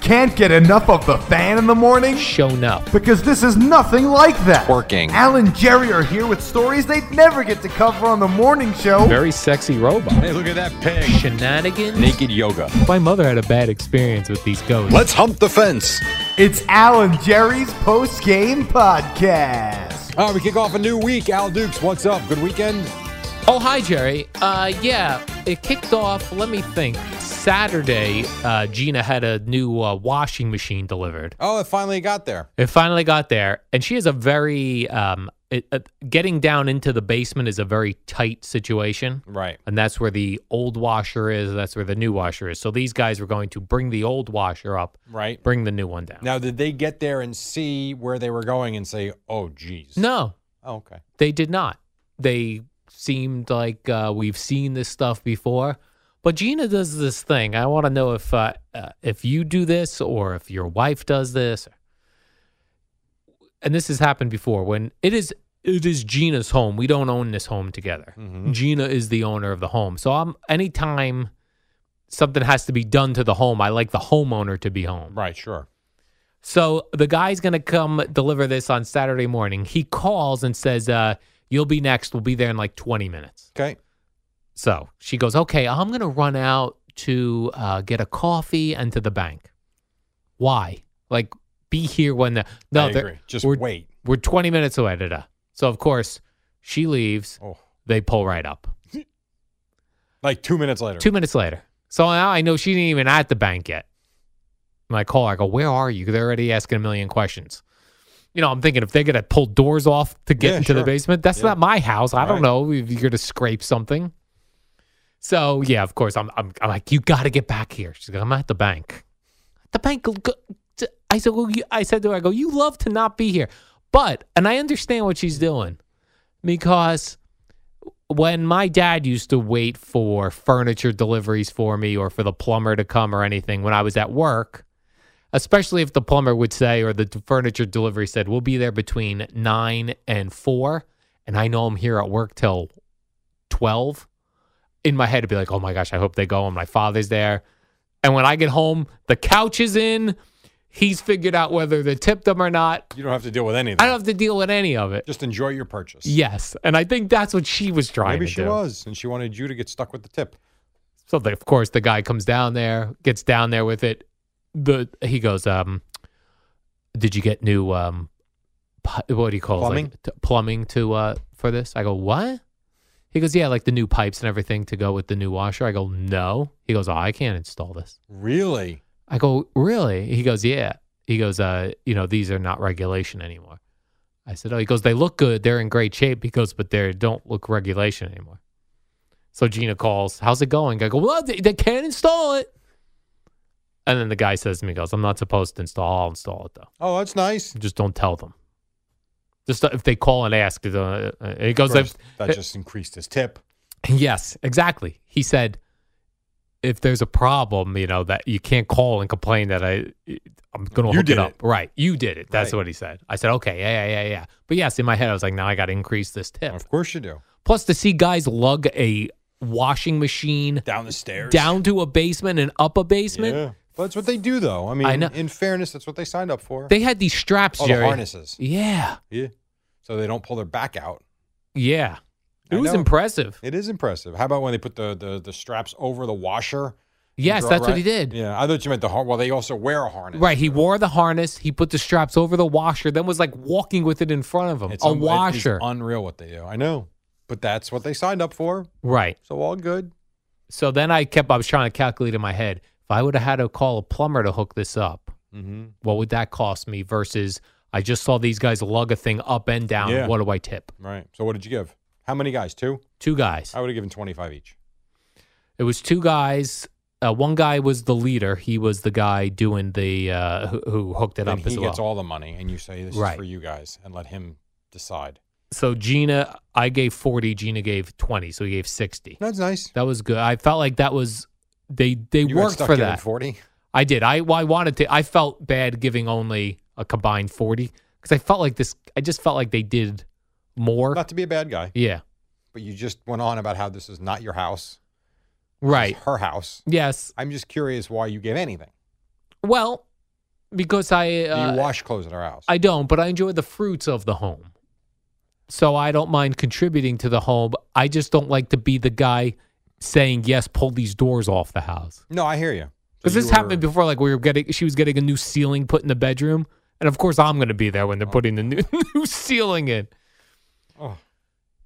Can't get enough of the fan in the morning? shown up. Because this is nothing like that. Working. Al and Jerry are here with stories they'd never get to cover on the morning show. Very sexy robot. Hey, look at that pig. Shenanigans. Naked yoga. My mother had a bad experience with these ghosts. Let's hump the fence. It's Al and Jerry's post game podcast. All right, we kick off a new week. Al Dukes, what's up? Good weekend? Oh, hi, Jerry. Uh, yeah, it kicked off, let me think, Saturday. Uh, Gina had a new uh, washing machine delivered. Oh, it finally got there. It finally got there. And she is a very, um, it, uh, getting down into the basement is a very tight situation. Right. And that's where the old washer is. That's where the new washer is. So these guys were going to bring the old washer up, Right. bring the new one down. Now, did they get there and see where they were going and say, oh, geez? no Oh, okay. They did not. They seemed like uh, we've seen this stuff before. But Gina does this thing. I want to know if uh, uh, if you do this or if your wife does this. And this has happened before. When it is it is Gina's home. We don't own this home together. Gina is the owner of the home. So I'm anytime something has to be done to the home, I like the homeowner to be home. Right, sure. So the guy's going to come deliver this on Saturday morning. He calls and says, uh, You'll be next. We'll be there in like 20 minutes. Okay. So she goes, Okay, I'm going to run out to uh, get a coffee and to the bank. Why? Like, be here when the. No, I they're- agree. Just we're, wait. We're 20 minutes away. Da, da. So, of course, she leaves. Oh, They pull right up. like two minutes later. Two minutes later. So now I know she didn't even at the bank yet. And I call her, I go, Where are you? 'Cause They're already asking a million questions. You know, I'm thinking if they're going to pull doors off to get Yeah, into the sure. basement, that's Yeah. not my house. I don't Right. know if you're going to scrape something. So, yeah, of course, I'm, I'm, I'm like, You got to get back here. She's like, I'm at the bank. The bank. will go- t- I said, well, you, I said to her, I go, You love to not be here. But, and I understand what she's doing because when my dad used to wait for furniture deliveries for me or for the plumber to come or anything when I was at work, especially if the plumber would say or the d- furniture delivery said, we'll be there between nine and four, and I know I'm here at work till 12, in my head, it'd be like, oh my gosh, I hope they go and my father's there. And when I get home, the couch is in. He's figured out whether they tipped them or not. You don't have to deal with anything. I don't have to deal with any of it. Just enjoy your purchase. Yes, and I think that's what she was trying Maybe to she do. was, and she wanted you to get stuck with the tip. So the, of course the guy comes down there, gets down there with it. The he goes, um, "Did you get new um, pi- what do you call it? Plumbing? Like, t- plumbing to uh for this?" I go, "What?" He goes, "Yeah, like the new pipes and everything to go with the new washer." I go, "No." He goes, "Oh, I can't install this." Really? I go, "Really?" He goes, "Yeah." He goes, "Uh, you know, these are not regulation anymore." I said, "Oh." He goes, "They look good. They're in great shape." He goes, "But they don't look regulation anymore." So Gina calls, "How's it going?" I go, "Well, they, they can't install it." And then the guy says to me, he "Goes, I'm not supposed to install. I'll install it though. Oh, that's nice. Just don't tell them. Just uh, if they call and ask." Uh, uh, he goes, Of course, "If- that just increased his tip. Yes, exactly. He said, if there's a problem, you know that you can't call and complain that I, I'm gonna You hook did it up. it. Right, you did it. That's Right. what he said. I said, okay, yeah, yeah, yeah, yeah. But yes, in my head, I was like, now I got to increase this tip. Of course you do. Plus, to see guys lug a washing machine Down the stairs. down to a basement and up a basement. Yeah. Well, that's what they do, though. I mean, I know. in fairness, that's what they signed up for. They had these straps, oh, the Jerry. harnesses. Yeah, Yeah. So they don't pull their back out. yeah. It I was know. impressive. It is impressive. How about when they put the the, the straps over the washer? Yes, Dro- that's what right? he did. Yeah, I thought you meant the har Well, they also wear a harness. Right, he wore the harness. He put the straps over the washer. Then was like walking with it in front of him. It's a un- it is washer. unreal what they do. I know, but that's what they signed up for. right. So all good. So then I kept. I was trying to calculate in my head if I would have had to call a plumber to hook this up. Mm-hmm. What would that cost me? Versus I just saw these guys lug a thing up and down. Yeah. What do I tip? Right. So what did you give? How many guys? Two. Two guys. I would have given twenty five each. It was two guys. Uh, one guy was the leader. He was the guy doing the uh, who, who hooked it Then up as he well. gets all the money, and you say this Right. is for you guys, and let him decide. so Gina, I gave forty. Gina gave twenty. So he gave sixty. That's nice. That was good. I felt like that was they they you had worked stuck for giving that. Forty. I did. I well, I wanted to. I felt bad giving only a combined forty because I felt like this. I just felt like they did more. Not to be a bad guy, yeah. but you just went on about how this is not your house. This is Right. Her house. Yes. I'm just curious why you gave anything. Well, because I Do uh, you wash clothes at her house? I don't, but I enjoy the fruits of the home. So I don't mind contributing to the home. I just don't like to be the guy saying, yes, pull these doors off the house. no, I hear you. So Because you this were- happened before, like we were getting, she was getting a new ceiling put in the bedroom. And of course, I'm going to be there when they're putting the new, new ceiling in. Oh.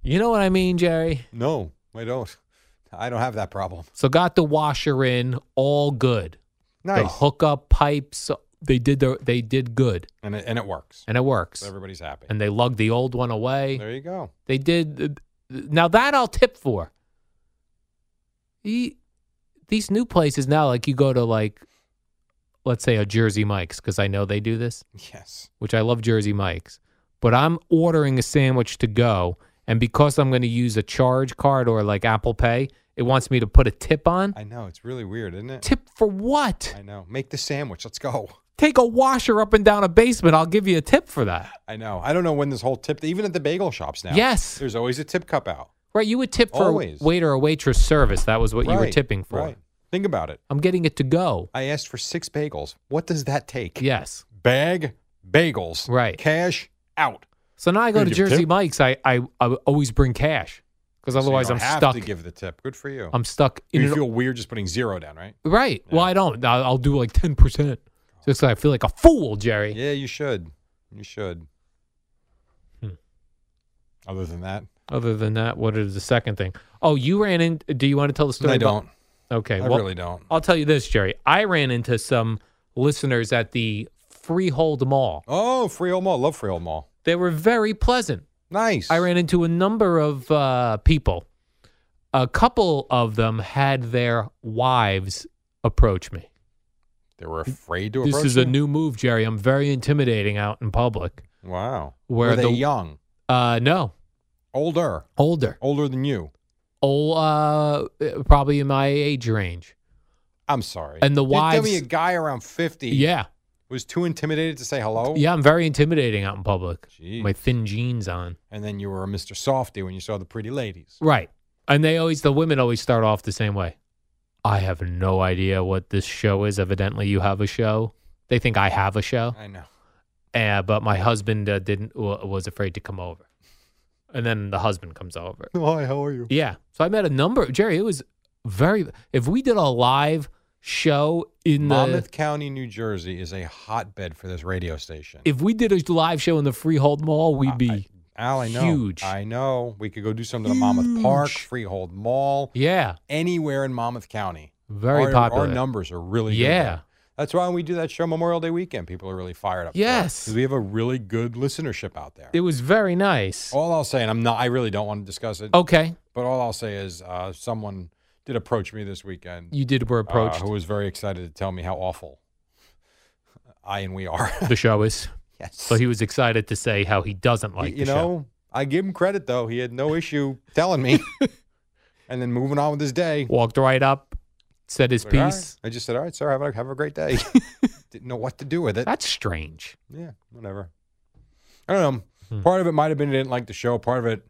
You know what I mean, Jerry? No, I don't. I don't have that problem. So got the washer in, all good. The Nice. hookup pipes, they did their, they did good, And it, and it works. and it works. So everybody's happy. And they lugged the old one away. there you go. They did. Now that I'll tip for. He, these new places now, like you go to like, let's say a Jersey Mike's, because I know they do this, Yes. which I love Jersey Mike's. But I'm ordering a sandwich to go, and because I'm going to use a charge card or like Apple Pay, it wants me to put a tip on. I know. It's really weird, isn't it? Tip for what? I know. Make the sandwich. Let's go. Take a washer up and down a basement. I'll give you a tip for that. I know. I don't know when this whole tip, even at the bagel shops now. Yes. There's always a tip cup out. Right? You would tip for Always. a waiter or waitress service. That was what you were Right, tipping for. Right. Think about it. I'm getting it to go. I asked for six bagels. What does that take? Yes. Bag bagels. Right. Cash out. So now I go Who to did you Jersey tip? Mike's. I, I I always bring cash because So you otherwise don't I'm have stuck. to give the tip. Good for you. I'm stuck in you an, feel weird just putting zero down, right? right. Well, Yeah. I don't. I'll, I'll do like ten percent. Just 'cause I feel like a fool, Jerry. Yeah, you should. You should. Hmm. Other than that, Other than that, what is the second thing? Oh, you ran in. Do you want to tell the story? I about- don't. okay. I well, really don't. I'll tell you this, Jerry. I ran into some listeners at the Freehold Mall. Oh, Freehold Mall. Love Freehold Mall. They were very pleasant. Nice. I ran into a number of uh, people. A couple of them had their wives approach me. They were afraid to This approach is a you? new move, Jerry. I'm very intimidating out in public. Wow. Where were they the- young? Uh, no, Older. older. Older than you. Oh, uh, probably in my age range. I'm sorry. And the You tell wives- me a guy around 50 Yeah, was too intimidated to say hello? yeah. I'm very intimidating out in public. Oh. Jeez. My thin jeans on. And then you were a Mr. Softy when you saw the pretty ladies. Right. And they always, the women always start off the same way. I have no idea what this show is. Evidently, you have a show. They think I have a show. I know. Uh, but my husband uh, didn't wa was afraid to come over. And then the husband comes over. Hi, how are you? Yeah. So I met a number, Jerry. It was very. If we did a live show in the, Monmouth County, New Jersey is a hotbed for this radio station. if we did a live show in the Freehold Mall, we'd be Al, I know. Huge. I know. We could go do something at Monmouth Park, Freehold Mall, yeah, anywhere in Monmouth County. very our, popular. Our numbers are really good. Yeah. there. That's why when we do that show Memorial Day weekend, people are really fired up. for it, Yes. 'cause we have a really good listenership out there. It was Oh. very nice. all I'll say, and I'm not, I really don't want to discuss it, Okay, but all I'll say is uh, someone did approach me this weekend you did were uh, approached. who was very excited to tell me how awful I and we are. the show is yes. so he was excited to say how he doesn't like Y- you the show. know, I give him credit though. He had no issue telling me, and then moving on with his day. Walked right up, said his Like, "All right." piece. I just said, "All right, sir, have a have a great day." Didn't know what to do with it. That's strange. Hmm. yeah, whatever. I don't know. Part of it might have been he didn't like the show. Part of it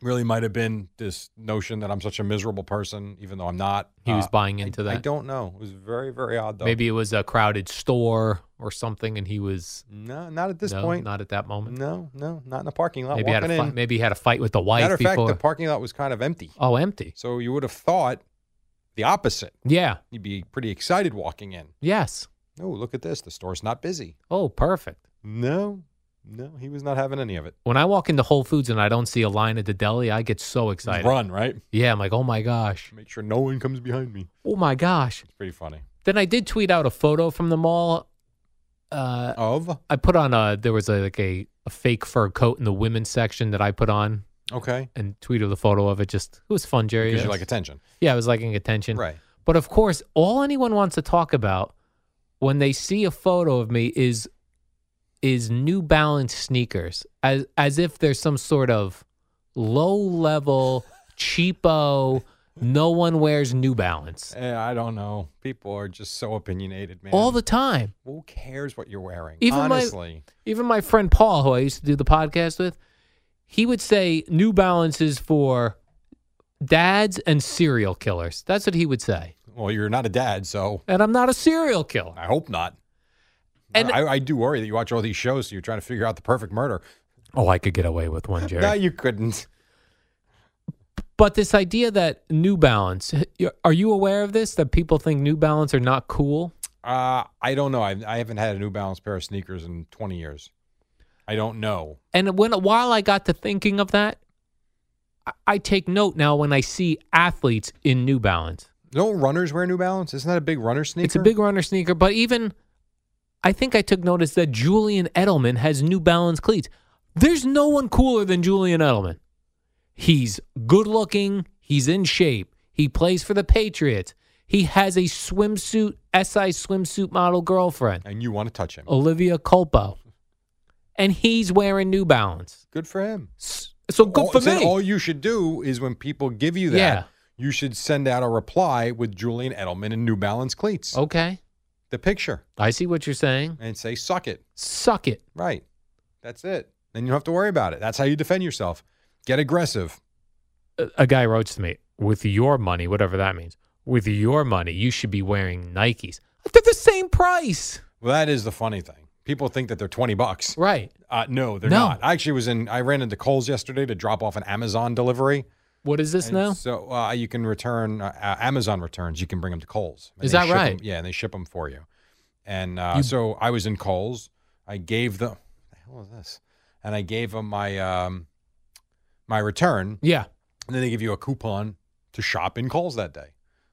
really might have been this notion that I'm such a miserable person, even though I'm not. He was Uh, buying into I that. don't know. It was very, very odd though. Maybe it was a crowded store or something, and he was no, not at this no, point. not at that moment. no, no, not in the parking lot. maybe had a walking in. fight, maybe he had a fight with the wife Matter of fact, before. the parking lot was kind of empty, oh, empty. so you would have thought the opposite. Yeah. You'd be pretty excited walking in. Yes. Oh, look at this. The store's not busy. Oh, perfect. No, no, he was not having any of it. When I walk into Whole Foods and I don't see a line at the deli, I get so excited. Run right. Yeah, I'm like, oh my gosh. Make sure no one comes behind me. Oh my gosh. It's pretty funny. Then I did tweet out a photo from the mall. Uh, Of I put on a there was a, like a, a fake fur coat in the women's section that I put on okay, and tweeted the photo of it. Just it was fun, Jerry. because you Yes. like attention, yeah, I was liking attention. right? But of course, all anyone wants to talk about when they see a photo of me is is New Balance sneakers, as as if there's some sort of low level cheapo. No one wears New Balance Eh, I don't know. People are just so opinionated, man. all the time. who cares what you're wearing? Even my- Honestly, Even my friend Paul, who I used to do the podcast with, he would say New Balance is for dads and serial killers. That's what he would say. well, you're not a dad, so And I'm not a serial killer. I hope not. And- I, I do worry that you watch all these shows, so you're trying to figure out the perfect murder. Oh, I could get away with one, Jerry. No, you couldn't. But this idea that New Balance, are you aware of this? That people think New Balance are not cool? Uh, I don't know. I, I haven't had a New Balance pair of sneakers in 20 years. I don't know. And when while I got to thinking of that, I, I take note now when I see athletes in New Balance. Don't runners wear New Balance? Isn't that a big runner sneaker? It's a big runner sneaker, but even I think I took notice that Julian Edelman has New Balance cleats. There's no one cooler than Julian Edelman. He's good looking, he's in shape, he plays for the Patriots. He has a swimsuit, SI swimsuit model girlfriend, And you want to touch him. Olivia Culpo. And he's wearing New Balance. Good for him. S- So Oh, good all, for then me. Oh, All you should do is when people give you that, Yeah. you should send out a reply with Julian Edelman and New Balance cleats. okay. The picture. I see what you're saying. And say, suck it. Suck it. Right. That's it. Then you don't have to worry about it. That's how you defend yourself. Get aggressive. a- a guy wrote to me with your money, whatever that means. With your money, you should be wearing Nikes. They're the same price, Well, that is the funny thing. People think that they're 20 bucks. right? Uh, no, they're No. not. I actually was in, I ran into Kohl's yesterday to drop off an Amazon delivery. What is this And now? So uh, you can return uh, uh, Amazon returns. You can bring them to Kohl's. And Is they that ship 'em- right? yeah, and they ship them for you. And uh, You- so I was in Kohl's. I gave them. The hell is this? And I gave them my um, my return, Yeah. and then they give you a coupon to shop in Kohl's that day.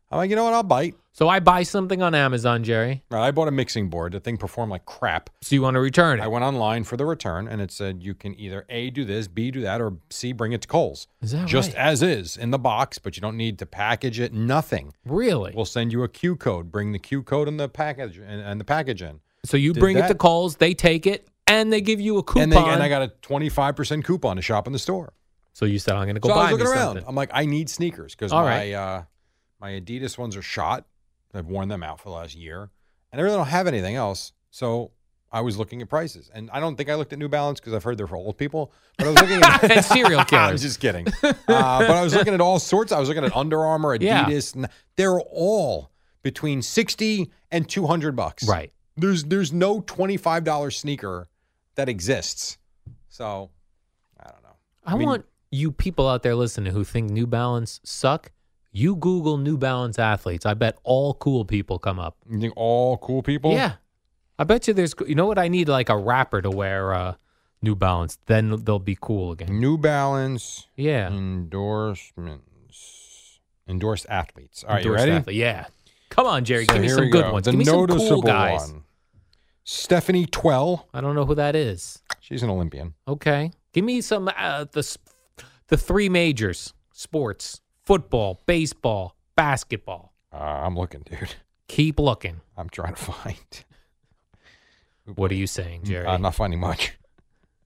I'm like, you know what? I'll bite. So I buy something on Amazon, Jerry. Right, I bought a mixing board. The thing performed like crap. So you want to return it? I went online for the return, and it said you can either a do this, b do that, or c bring it to Kohl's Is that just right? as is in the box, but you don't need to package it. Nothing. really? We'll send you a Q code. Bring the Q code and the package and, and the package in. so you did bring it to that- Kohl's, they take it, and they give you a coupon. And, they, and I got a twenty five percent coupon to shop in the store. so you said I'm going to go so buy I was me looking around. something. I'm like, I need sneakers because All my right. uh, my Adidas ones are shot. I've worn them out for the last year, and I really don't have anything else. So I was looking at prices, and I don't think I looked at New Balance because I've heard they're for old people. But I was looking at And serial I'm killers. just kidding. Uh, but I was looking at all sorts. I was looking at Under Armour, Yeah. Adidas. And they're all between sixty and two hundred bucks. right. There's there's no twenty five dollar sneaker that exists. So I don't know. I, I mean- want you people out there listening who think New Balance suck. You Google New Balance athletes. I bet all cool people come up. You think all cool people? Yeah. I bet you there's, you know what I need? Like a rapper to wear uh, New Balance. Then they'll be cool again. New Balance Yeah. endorsements. Endorsed athletes. All right, Endorsed you ready? athlete. Yeah. Come on, Jerry. So give me here some we good go. ones. The give me some cool noticeable guys. one. Stephanie Twell. I don't know who that is. She's an Olympian. Okay. Give me some, uh, the, s- the three majors sports, football, baseball, basketball. Uh, I'm looking, dude. Keep looking. I'm trying to find. What are you saying, Jerry? I'm not finding much.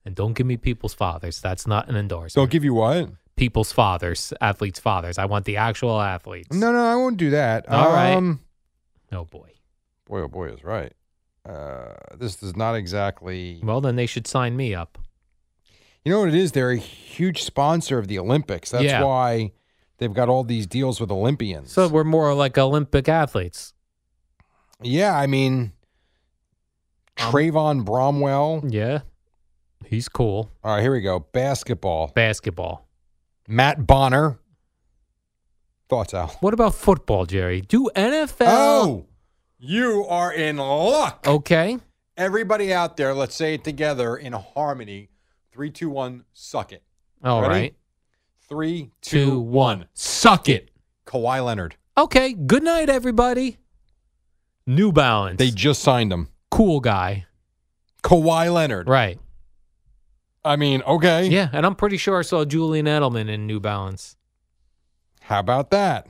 and don't give me people's fathers. That's not an So I'll endorsement. give you what? people's fathers, athletes' fathers. I want the actual athletes. No, no, I won't do that. All right. um, Oh, boy. Boy, oh boy, is right. Uh, this is not exactly. Well, then they should sign me up. You know what it is? They're a huge sponsor of the Olympics. That's Yeah. why they've got all these deals with Olympians. So we're more like Olympic athletes. yeah, I mean, Um, Trayvon Bromwell. Yeah. He's cool. All right, here we go. Basketball. Basketball. Matt Bonner. Thoughts, Al? What about football, Jerry? Do NFL? Oh, you are in luck. Okay. Everybody out there, let's say it together in harmony. Three, two, one. Suck it. All right. Ready? Three, Two, two, one. Suck it. Kawhi Leonard. Okay. Good night, everybody. New Balance. They just signed him. cool guy. Kawhi Leonard. Right. I mean, okay. Yeah. And I'm pretty sure I saw Julian Edelman in New Balance. How about that?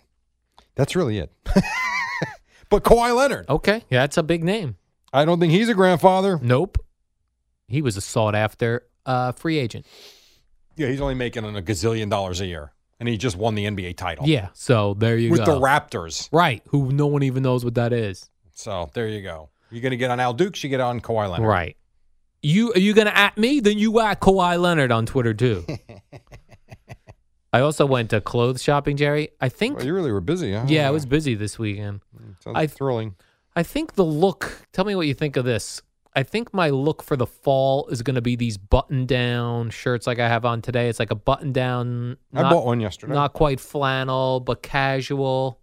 That's really it. but Kawhi Leonard, Okay. Yeah, that's a big name. I don't think he's a grandfather. Nope. He was a sought after uh, free agent. Yeah, he's only making a gazillion dollars a year, and he just won the NBA title. Yeah. So there you Oh. with go. the Raptors. Right. Who no one even knows what that is. So there you go. You're gonna get on Al Dukes. You get on Kawhi Leonard. Right. You are you gonna at me? Then you at Kawhi Leonard on Twitter too. I also went to clothes shopping, Jerry. I think Well, you really were busy. Huh? yeah, I was busy this weekend. Sounds I- thrilling. I think the look. Tell me what you think of this. I think my look for the fall is going to be these button-down shirts like I have on today. It's like a button-down, I not, bought one yesterday. not quite flannel, but casual,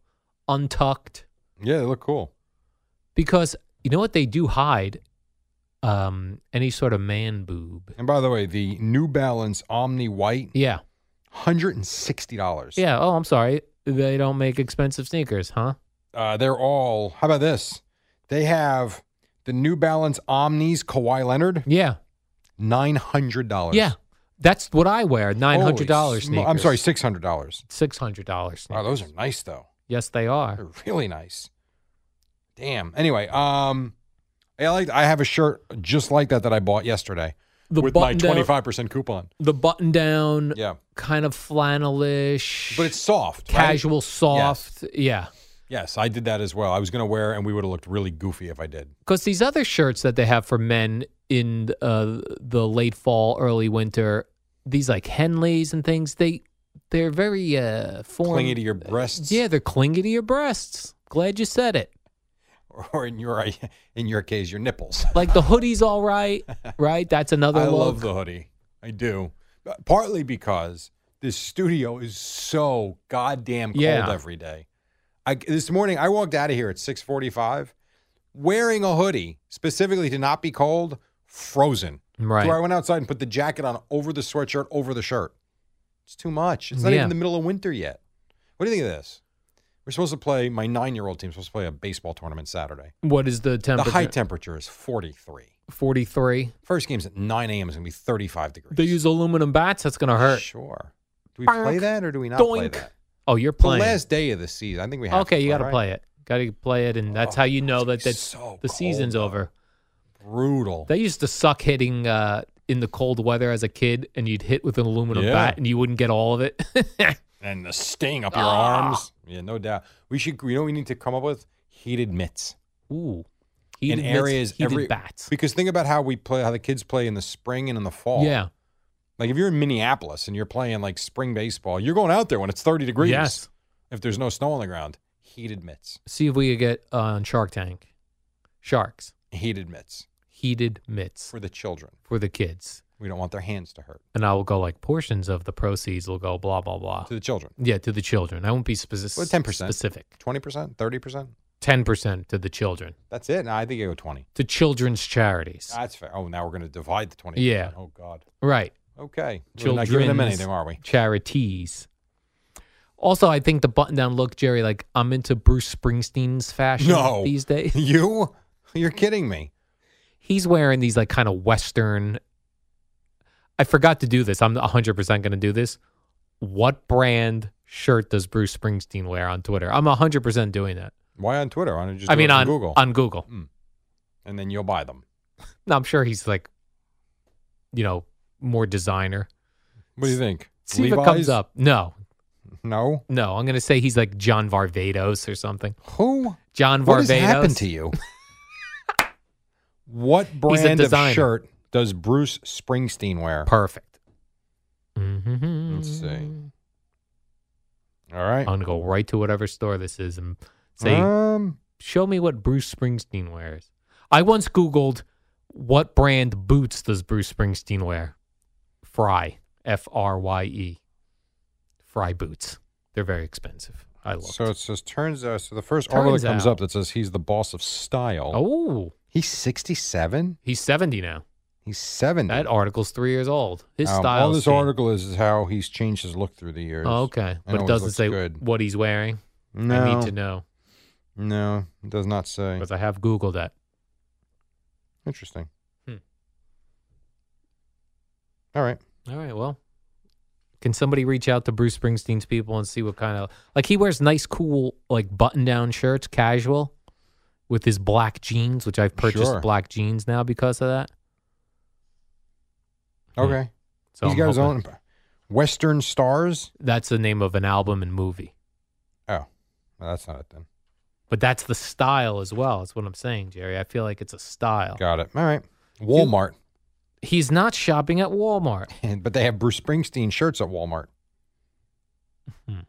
untucked. yeah, they look cool. Because you know what they do hide, um, any sort of man boob. And by the way, the New Balance Omni White, Yeah. hundred and sixty dollars. Yeah. Oh, I'm sorry. They don't make expensive sneakers, huh? uh, they're all. How about this? They have the New Balance Omnis Kawhi Leonard, Yeah. nine hundred dollars. Yeah. That's what I wear. Nine hundred dollars Holy sneakers. smo- I'm sorry, six hundred dollars. Six hundred dollars. Wow, those are nice though. Yes, they are. They're really nice. Damn. Anyway, um, I like. I have a shirt just like that that I bought yesterday with my button-down- twenty five percent coupon. The button down, Yeah, kind of flannelish, but it's soft, right? casual, soft. Yeah. Yes, I did that as well. I was gonna wear, and we would have looked really goofy if I did. Because these other shirts that they have for men in uh, the late fall, early winter, these like Henleys and things, they they're very uh, form. Clingy to your breasts. Yeah, they're clingy to your breasts. Glad you said it. or in your in your case, your nipples. Like the hoodie's all right, right? That's another I look. love the hoodie. I do. But Partly because this studio is so goddamn cold Yeah. every day. I, this morning I walked out of here at 6:45 wearing a hoodie specifically to not be cold, frozen. right. So I went outside and put the jacket on over the sweatshirt over the shirt. It's too much. It's not Yeah. even the middle of winter yet. What do you think of this? We're supposed to play my 9-year-old team's supposed to play a baseball tournament Saturday. What is the The temperature? high temperature is 43. 43. First game's at 9 a.m. is going to be 35 degrees. They use aluminum bats. That's going to hurt. Sure. Do we play Bonk. that or do we not play Doink. that? Oh, you're The playing. last day of the season. I think we have. okay, to you got to right? play it. Got to play it, and that's Oh, how you know that it's gonna be that's, so the season's cold, though. over. Brutal. They used to suck hitting uh, in the cold weather as a kid, and you'd hit with an aluminum Yeah. bat, and you wouldn't get all of it. and the sting up your Ah. arms. Yeah, no doubt. We should. You know, what we need to come up with heated mitts Ooh, he in admits areas he did every bats. Because think about how we play, how the kids play in the spring and in the fall. Yeah. Like if you're in Minneapolis and you're playing like spring baseball, you're going out there when it's 30 degrees. Yes. If there's no snow on the ground, heated mitts. See if we could get on Shark Tank. Sharks Heated mitts heated mitts for the children. for the kids, We don't want their hands to hurt. and I will go like portions of the proceeds will go blah blah blah. To the children. Yeah, to the children. I won't be specific. Well, 10%. Specific. 20%, 30%. Ten percent to the children, That's it. No, I think I go 20. to children's charities. That's fair. Oh, now we're going to divide the 20. Yeah. Oh, God. right. Okay. We're not giving them anything, are we? Charities. Also, I think the button-down look, Jerry. Like I'm into Bruce Springsteen's fashion No. these days. You? You're kidding me. He's wearing these like kind of Western. I forgot to do this. I'm 100 percent going to do this. What brand shirt does Bruce Springsteen wear on Twitter? I'm 100 percent doing that. Why on Twitter? Why don't you just I do mean, it from on Google? on Google. and then you'll buy them. No, I'm sure he's like, you know, more designer. What do you think? See if it comes Levi's? up. No, No. No, I'm going to say he's like John Varvatos or something. Who? John What Varvatos. has happened to you? what brand of designer. shirt does Bruce Springsteen wear? Perfect. Mm-hmm. Let's see. All right. I'm gonna go right to whatever store this is and say, um, "Show me what Bruce Springsteen wears." I once Googled what brand boots does Bruce Springsteen wear. Fry, F R Y E, Fry boots. They're very expensive. I love. so it says turns out so the first article Turns that comes out. up that says he's the boss of style. oh, He's 67? he's 70 now. He's 70. That article's three years old. His Um, style. All this article is, is how he's changed his look through the years. Oh, okay, And but it always doesn't looks say good. what he's wearing. No, I need to know no, it does not say. because I have Googled that. Interesting. Hmm. All right. All right, well, can somebody reach out to Bruce Springsteen's people and see what kind of like he wears nice, cool, like button-down shirts, casual, with his black jeans, which I've purchased Sure. black jeans now because of that. Hmm. Okay. So he's I'm got his hoping- own Western Stars. That's the name of an album and movie, Oh, no, that's not it then. but that's the style as well. That's what I'm saying, Jerry. I feel like it's a style. Got it. All right. Walmart, He's not shopping at Walmart. but they have Bruce Springsteen shirts at Walmart. Hmm.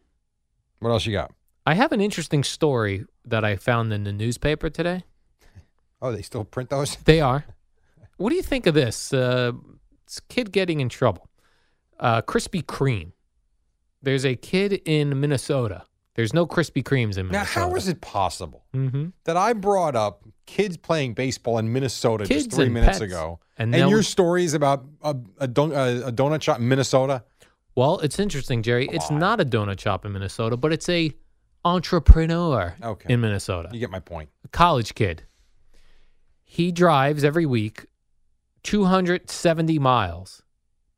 What else you got? I have an interesting story that I found in the newspaper today. Oh, they still print those. They are. What do you think of this? Uh, this kid getting in trouble. Uh, Krispy Kreme. There's a kid in Minnesota. There's no Krispy Kremes in Minnesota. Now, how is it possible Mm-hmm. that I brought up kids playing baseball in Minnesota Kids just three and minutes pets. ago, And and, now- your stories about a, a, don- a, a donut shop in Minnesota? Well, it's interesting, Jerry. it's not a donut shop in Minnesota, but it's a entrepreneur Okay. in Minnesota. You get my point. A college kid. He drives every week 270 miles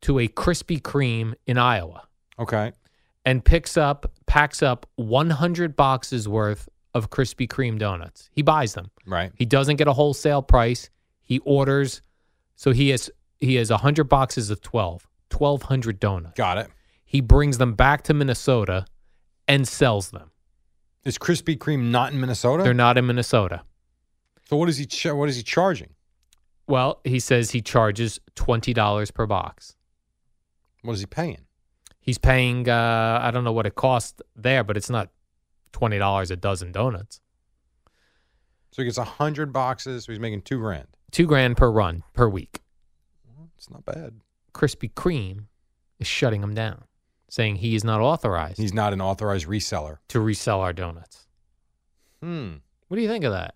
to a Krispy Kreme in Iowa. Okay. and picks up, packs up 100 boxes worth of Krispy Kreme donuts. He buys them. Right. He doesn't get a wholesale price. He orders, so he has he has 100 boxes of 12, 1,200 donuts. Got it. He brings them back to Minnesota and sells them. Is Krispy Kreme not in Minnesota? They're not in Minnesota. So what is he? Ch- what is he charging? Well, he says he charges $20 per box. What is he paying? He's paying, uh, I don't know what it costs there, but it's not $20 a dozen donuts. So he gets hundred boxes. So he's making two grand. Two grand per run per week. It's not bad. Krispy Kreme is shutting him down, saying he is not authorized He's not an authorized reseller. to resell our donuts. Hmm. What do you think of that?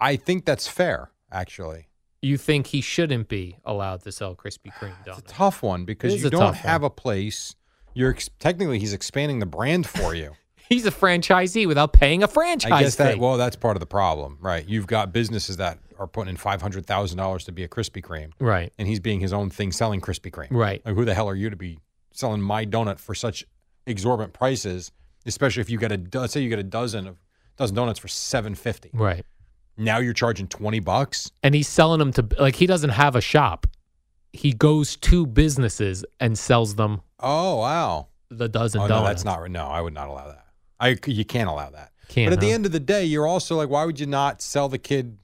I think that's fair, actually. You think he shouldn't be allowed to sell Krispy Kreme It's a donuts? tough one It because is you a don't tough have one. a place. You're ex- technically he's expanding the brand for you. He's a franchisee without paying a franchise I guess that fee. well, that's part of the problem, right? You've got businesses that are putting in five hundred thousand dollars to be a Krispy Kreme, right, and he's being his own thing selling Krispy Kreme. right. Like, who the hell are you to be selling my donut for such exorbitant prices? Especially if you got a do- let's say you get a dozen of dozen donuts for seven fifty. Right. Now you're charging twenty bucks. And he's selling them to, like, he doesn't have a shop. He goes to businesses and sells them Oh wow! the dozen oh no, donuts. that's not no. I would not allow that. I c- you can't allow that. Can't, but at the huh? end of the day, you're also like, why would you not sell the kid?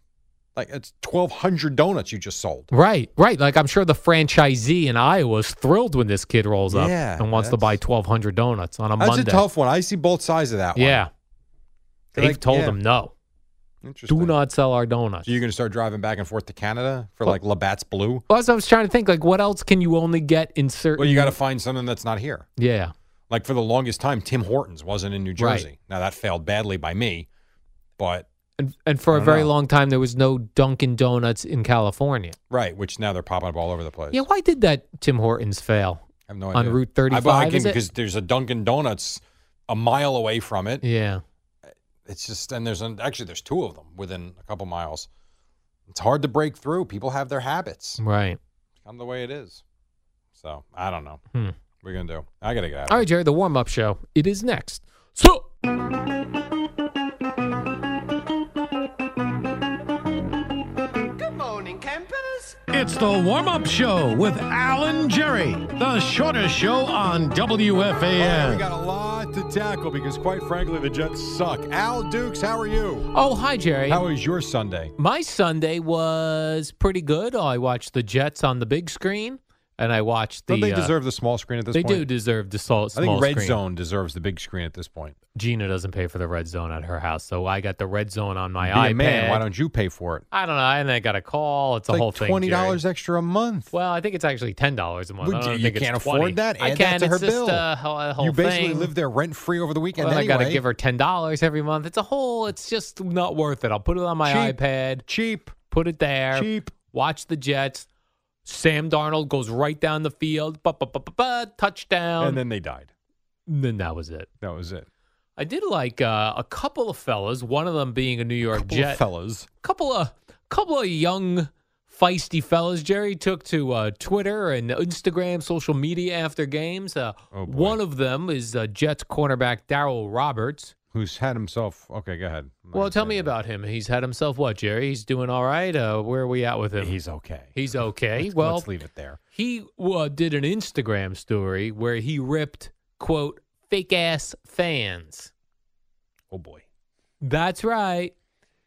Like it's twelve hundred donuts you just sold. Right, right. Like, I'm sure the franchisee in Iowa is thrilled when this kid rolls up Yeah, and wants to buy that's- 1,200 donuts on a That's Monday. a tough one. I see both sides of that. Yeah. They're They've like, told yeah. them no. one. Interesting. Do not sell our donuts. So you're gonna start driving back and forth to Canada for like Labatt's Blue? well, that's what I was trying to think. Like, what else can you only get in certain? Well, you got to find something that's not here. yeah, Like for the longest time, Tim Hortons wasn't in New Right. Jersey. Now that failed badly by me, but and and for I a don't very know. long time there was no Dunkin' Donuts in California. right, which now they're popping up all over the place. Yeah, why did that Tim Hortons fail? I have no On idea. Route I 35, bought a is it? because there's a Dunkin' Donuts a mile away from it. Yeah, It's just and there's an, actually there's two of them within a couple miles. It's hard to break through. People have their habits. right. Kind of the way it is. So I don't know. Hmm. Oh, We're gonna do. I gotta go. out of All right, Jerry. The warm up show it is next. So It's the warm up show with Alan Jerry, the shortest show on All right, we WFAN. got a lot to tackle because, quite frankly, the Jets suck. Al Dukes, how are you? oh hi, Jerry. How is your Sunday? My Sunday was pretty good. I watched the Jets on the big screen. and I watched the. Don't they uh, deserve the small screen at this they point? do deserve the small, I small think Red screen. Zone deserves the big screen at this point. Gina doesn't pay for the red zone at her house, so I got the red zone on my Be iPad. a man, why don't you pay for it? I don't know. And I got a call. It's, It's a whole like thing. twenty Jerry. dollars extra a month. Well, I think it's actually ten dollars a month. Would I don't you- think you it's can't 20. afford that? I Add that can. to her it's just bill. a whole, a whole you basically thing. live there rent free over the weekend. Well, I got to anyway. give her ten dollars every month. It's a whole. It's just not worth it. I'll put it on my Cheap. iPad. cheap, Put it there. cheap. Watch the Jets. Sam Darnold goes right down the field. Ba, ba, ba, ba, ba, touchdown. and then they died. then that was it. That was it. I did like uh, a couple of fellas. One of them being a New York Couple Jet. of fellas. couple of couple of young feisty fellas Jerry took to uh, Twitter and Instagram social media after games. Uh, Oh, one boy. of them is uh, Jets cornerback Daryl Roberts. Who's had himself? Okay, go ahead. I'm not Well, gonna tell say me anything. about him. He's had himself what, Jerry? He's doing all right. Uh, where are we at with him? He's okay. He's okay. Let's- well, let's leave it there. he uh, did an Instagram story where he ripped quote fake ass fans. Oh boy. That's right.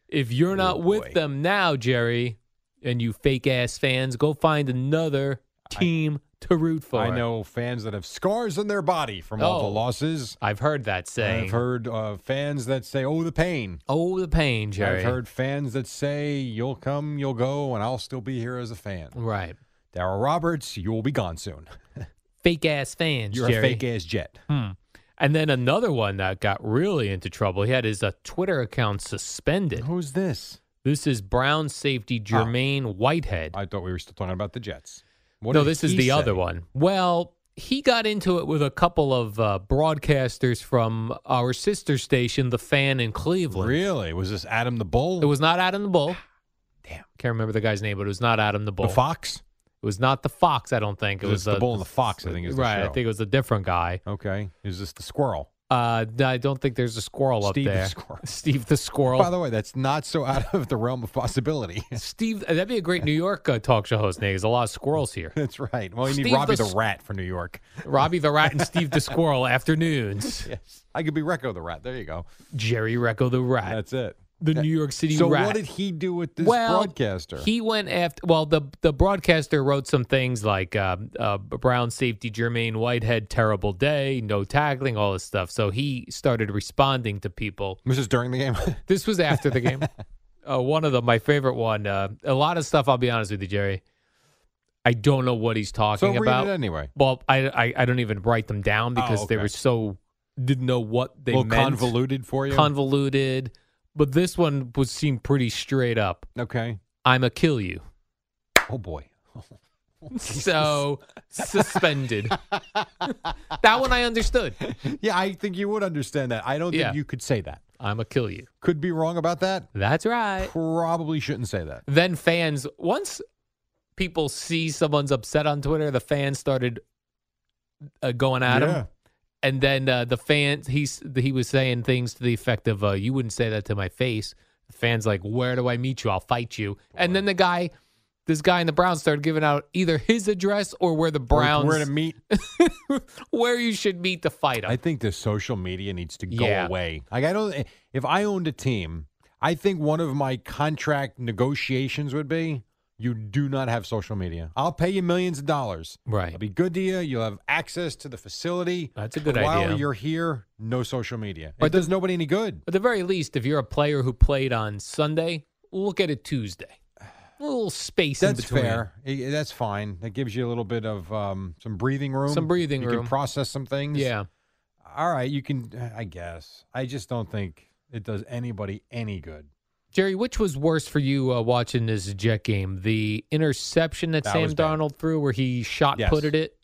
If you're not Oh, boy. with them now, Jerry, and you fake ass fans, go find another team to root for. I know fans that have scars on their body from all the Oh. losses. I've heard that saying. I've heard uh, fans that say, "Oh, the pain." oh, the pain, Jerry. I've heard fans that say, "You'll come, you'll go, and I'll still be here as a fan." Right. Darrell Roberts, you will be gone soon. Fake ass fans. You're Jerry. a fake ass jet. Hmm. And then another one that got really into trouble. He had his uh, Twitter account suspended. Who's this? This is Brown Oh. safety Jermaine Whitehead. I thought we were still talking about the Jets. What no, did this is he the say? other one. Well, he got into it with a couple of uh, broadcasters from our sister station, The Fan in Cleveland. Really? Was this Adam the Bull? It was not Adam the Bull. Damn. Can't remember the guy's name, but it was not Adam the Bull. the Fox. It was not the Fox, I don't think. It Is was this the Bull and the Fox, I think is the right, I show. think it was a different guy. Okay. Is this the Squirrel? Uh, no, I don't think there's a squirrel Steve up the there. Squirrel. Steve the Squirrel. By the way, that's not so out of the realm of possibility. Steve, that'd be a great New York uh, talk show host name. There's a lot of squirrels here. that's right. Well, you need Steve Robbie the the, s- Rat for New York. Robbie the Rat and Steve the Squirrel afternoons. Yes. I could be Recco the Rat. There you go. Jerry Recco the Rat. That's it. the New York City so Rat. what did he do with this well, broadcaster? He went after. Well, the the broadcaster wrote some things like uh, uh, Brown safety Jermaine Whitehead, terrible day, no tackling, all this stuff. So he started responding to people. was this during the game? This was after the game. Uh, one of them, my favorite one. Uh, a lot of stuff. I'll be honest with you, Jerry. I don't know what he's so talking read about. it anyway. Well, I, I I don't even write them down because they okay. were so didn't know what they a little meant. convoluted for you. convoluted. But this one would seem pretty straight up. okay. I'm a kill you. Oh boy. So suspended. that one I understood. Yeah, I think you would understand that. I don't Yeah. think you could say that. I'm a kill you. Could be wrong about that. That's right. Probably shouldn't say that. Then fans, once people see someone's upset on Twitter, the fans started uh, going at Yeah. him. And then uh, the fans, he's he was saying things to the effect of, uh, "You wouldn't say that to my face." The fans like, "Where do I meet you? I'll fight you." And then the guy, this guy in the Browns, started giving out either his address or where the Browns, We're to meet. where you should meet to fight him. I think the social media needs to go Yeah. away. Like I don't. eh, If I owned a team, I think one of my contract negotiations would be: you do not have social media. I'll pay you millions of dollars. right. I'll be good to you. You'll have access to the facility. That's a good but idea. While you're here, no social media. But it does nobody any good. At the very least, if you're a player who played on Sunday, look at it Tuesday. A little space in That's between. fair. I- That's fine. That gives you a little bit of um, some breathing room. Some breathing you room. can process some things. Yeah. All right. You can. I guess. I just don't think it does anybody any good. Jerry, which was worse for you uh, watching this Jet game? The interception that, That Sam was bad. Darnold threw where he shot Yes. putted it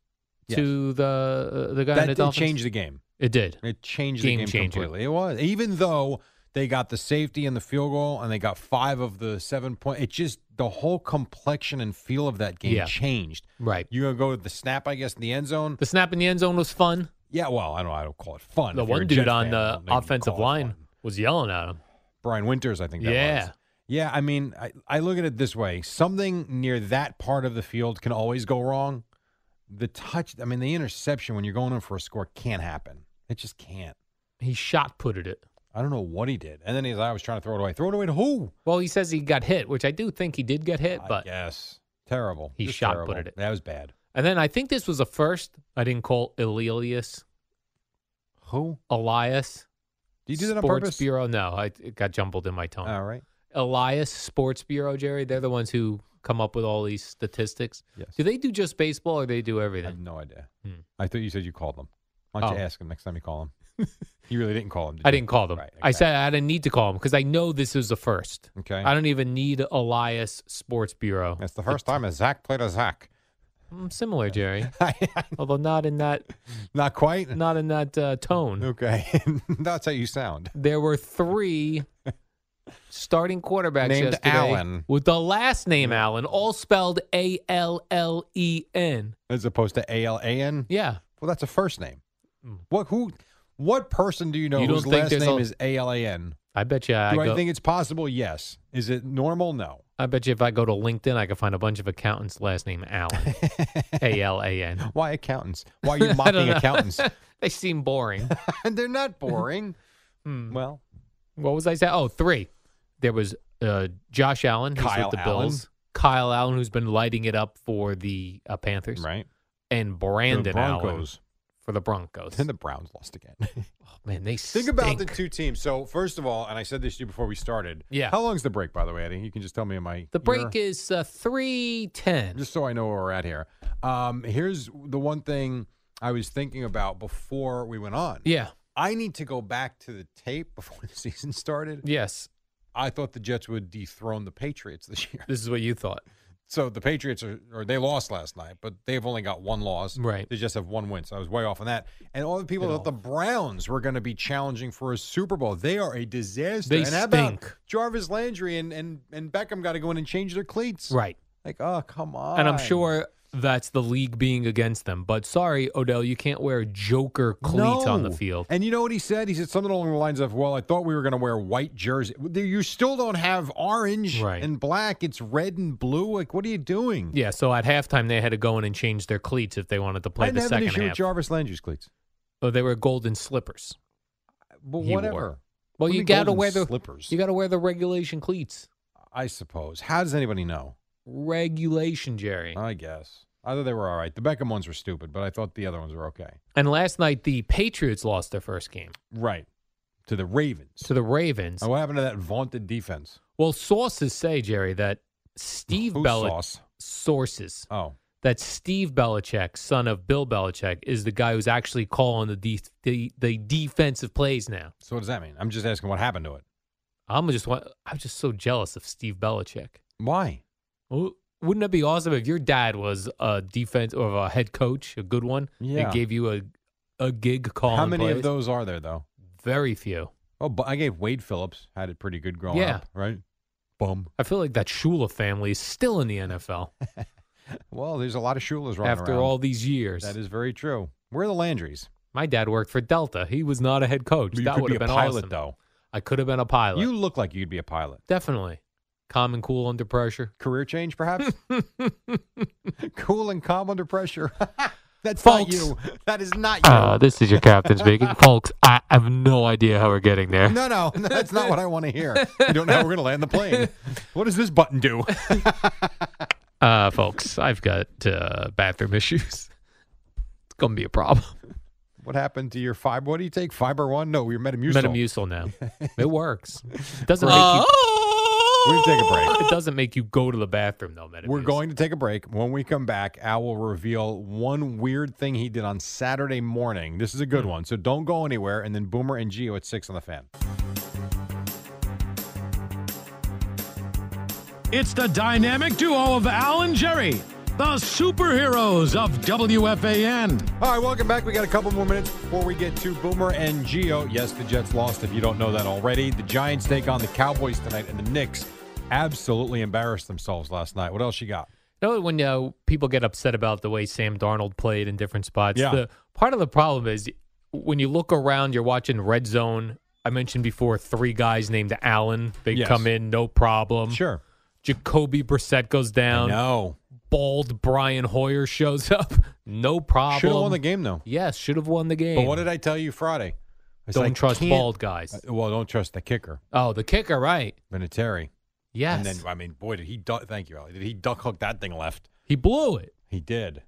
Yes. to the uh, the guy in That the did Dolphins? change the game. It did. It changed Game the game changer. completely. It was even though they got the safety and the field goal, and they got five of the seven point. It just the whole complexion and feel of that game Yeah. changed. Right. You gonna go to the snap, I guess, in the end zone. The snap in the end zone was fun. Yeah, well, I don't. I don't call it fun. The If you're one a dude Jets on fan, I the don't think you offensive call it line fun. was yelling at him. Brian Winters, I think. That Yeah. was. Yeah, I mean, I, I look at it this way: something near that part of the field can always go wrong. The touch, I mean, the interception when you're going in for a score can't happen. It just can't. He shot putted it. I don't know what he did. And then he's, I was trying to throw it away. Throw it away to who? Well, he says he got hit, which I do think he did get hit, but yes, terrible. He Just shot terrible. putted it. That was bad. And then I think this was a first. I didn't call Elias Who? Elias. Do you do that on Sports purpose? Bureau? No, I, it got jumbled in my tongue. All right. Elias Sports Bureau, Jerry. They're the ones who come up with all these statistics. Yes. Do they do just baseball or they do I have everything? no idea. Hmm. I thought you said you called them. Why don't you Oh. ask him next time you call him? you really didn't call him. Did I you? didn't call them. Right, I said I didn't need to call them because I know this is the first. Okay. I don't even need Elias Sports Bureau. That's the first time a Zach played a Zach. Mm, similar, Jerry, although not in that Not quite. not in that uh, tone. Okay. That's how you sound. There were three starting quarterbacks Named yesterday Allen. with the last name Allen, all spelled A L L E N. As opposed to A L A N. Yeah, Well, that's a first name. What who what person do you know Hmm. You don't whose think last there's name a- is A L A N? I bet you. I Do I, go- think it's possible? Yes. Is it normal? No. I bet you if I go to LinkedIn, I could find a bunch of accountants last name Allen, A L A N. Why accountants? Why are you I don't mocking know. accountants? They seem boring. and they're not boring. Hmm. Well, what was I saying? Oh, three. There was uh, Josh Allen, who's Kyle with the Allen. Bills. Kyle Allen, who's been lighting it up for the uh, Panthers, right. and the Brandon Allen Broncos. for the Broncos. Then the Browns lost again. Oh, man, they Think about the stink. two teams. So first of all, and I said this to you before we started. Yeah. How long's the break, by the way, Eddie? You can just tell me in my The ear. break is uh, three ten. just so I know where we're at here. Um, here's the one thing I was thinking about before we went on. Yeah. I need to go back to the tape before the season started. Yes. I thought the Jets would dethrone the Patriots this year. This is what you thought. So the Patriots are, or they lost last night, but they've only got one loss. Right. They just have one win. So I was way off on that. And all the people Get thought the Browns were going to be challenging for a Super Bowl. They are a disaster. They and how about stink. Jarvis Landry and, and, and Beckham got to go in and change their cleats. Right. Like, oh, come on. And I'm sure that's the league being against them. But sorry, Odell, you can't wear Joker cleats on the No. field. And you know what he said? He said something along the lines of, "Well, I thought we were going to wear white jersey. You still don't have orange Right. and black. It's red and blue. Like, what are you doing?" Yeah, so at halftime they had to go in and change their cleats if they wanted to I play didn't the have an second issue with half. Jarvis Landry's cleats, oh, they were golden slippers. but Uh, He wore. whatever. Well, What do you mean gotta golden wear the slippers. You got to wear the regulation cleats. I suppose. How does anybody know? Regulation, Jerry. I guess. I thought they were all right. The Beckham ones were stupid, but I thought the other ones were okay. and last night the Patriots lost their first game Right. To the Ravens. to the Ravens. And what happened to that vaunted defense? Well, sources say Jerry that Steve Who's Belichick sauce? sources Oh, that Steve Belichick, son of Bill Belichick, is the guy who's actually calling the de- the, the defensive plays now. so what does that mean? I'm just asking what happened to it. I'm just wa- I'm just so jealous of Steve Belichick. Why? Well, Wouldn't that be awesome if your dad was a defense or a head coach, a good one, Yeah. and gave you a a gig calling? How many of plays? those are there though? Very few. Oh, but I gave Wade Phillips had it pretty good growing Yeah. up, right? Bum. I feel like that Shula family is still in the NFL Well, there's a lot of Shula's running after around. all these years. that is very true. Where are the Landrys? My dad worked for Delta. He was not a head coach. you that could would be have been a pilot, awesome. though. I could have been a pilot. You look like you'd be a pilot. definitely calm and cool under pressure. Career change, perhaps. cool and calm under pressure. That's Folks. not you. That is not you. Uh, this is your captain speaking, folks. I have no idea how we're getting there. no, no, that's not what I want to hear. You don't know how we're going to land the plane. What does this button do? Uh, folks, I've got uh, bathroom issues. It's gonna be a problem. What happened to your fiber? What do you take? Fiber one? No, you're Metamucil. Metamucil now. It works. It doesn't make We're going to take a break. you. It doesn't make you go to the bathroom though. Metamucil. We're going to take a break. When we come back, Al will reveal one weird thing he did on Saturday morning. This is a good one, so don't go anywhere. And then Boomer and Geo at six on the fan. It's the dynamic duo of Al and Jerry, the superheroes of WFAN. All right, welcome back. We got a couple more minutes before we get to Boomer and Geo. Yes, the Jets lost. If you don't know that already, the Giants take on the Cowboys tonight, and the Knicks absolutely embarrassed themselves last night. What else you got? You know when uh, people get upset about the way Sam Darnold played in different spots? Yeah. The, part of the problem is when you look around, you're watching red zone. I mentioned before three guys named Allen. They Yes. come in, no problem. Sure. Jacoby Brissett goes Mm-hmm. down. No. Bald Brian Hoyer shows up. No problem. Should have won the game though. Yes, should have won the game. But what did I tell you Friday? I said, Don't I trust can't- Uh, bald guys. Well, don't trust the kicker, Oh, the kicker, right? Vinatieri. Yes. And then, I mean, boy, did he duck. Thank you, Ali. Did he duck hook that thing left? he blew it. He did.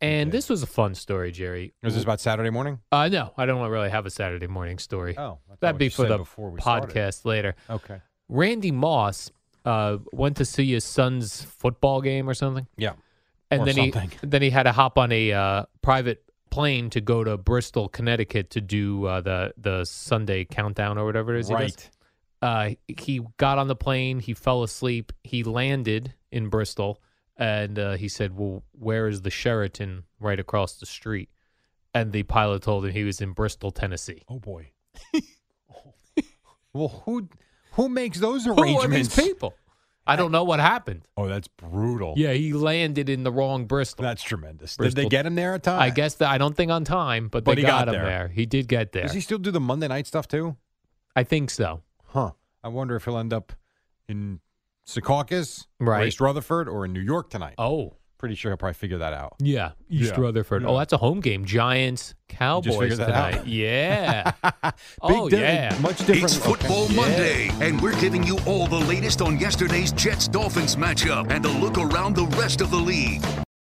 And Okay. this was a fun story, Jerry. Was this about Saturday morning? Uh, no, I don't really have a Saturday morning story. Oh, I thought That'd what be you for said the before we started. podcast later. Okay. Randy Moss uh, went to see his son's football game or something, Yeah. and Or then something. he then he had to hop on a uh, private plane to go to Bristol, Connecticut, to do uh, the the Sunday countdown or whatever it is. he does. Right. Uh, he got on the plane. He fell asleep. He landed in Bristol, and uh, he said, "Well, where is the Sheraton right across the street?" And the pilot told him he was in Bristol, Tennessee. Oh boy. well, who who makes those Who are these arrangements? people? I don't know what happened. oh, that's brutal. Yeah, he landed in the wrong Bristol. That's tremendous. Did they Bristol- get him there at time? I guess that I don't think on time, but they But he got, got him there. there. He did get there. Does he still do the Monday night stuff too? I think so. Huh. I wonder if he'll end up in Secaucus, Right. Grace Rutherford, or in New York tonight. Oh, Pretty sure he'll probably figure that out. yeah, East Yeah. Rutherford. Yeah. Oh, that's a home game. Giants Cowboys figured that out? tonight. Yeah. Big Oh, difference- yeah. Much different. It's okay. Football Monday, and we're giving you all the latest on yesterday's Jets Dolphins matchup and a look around the rest of the league.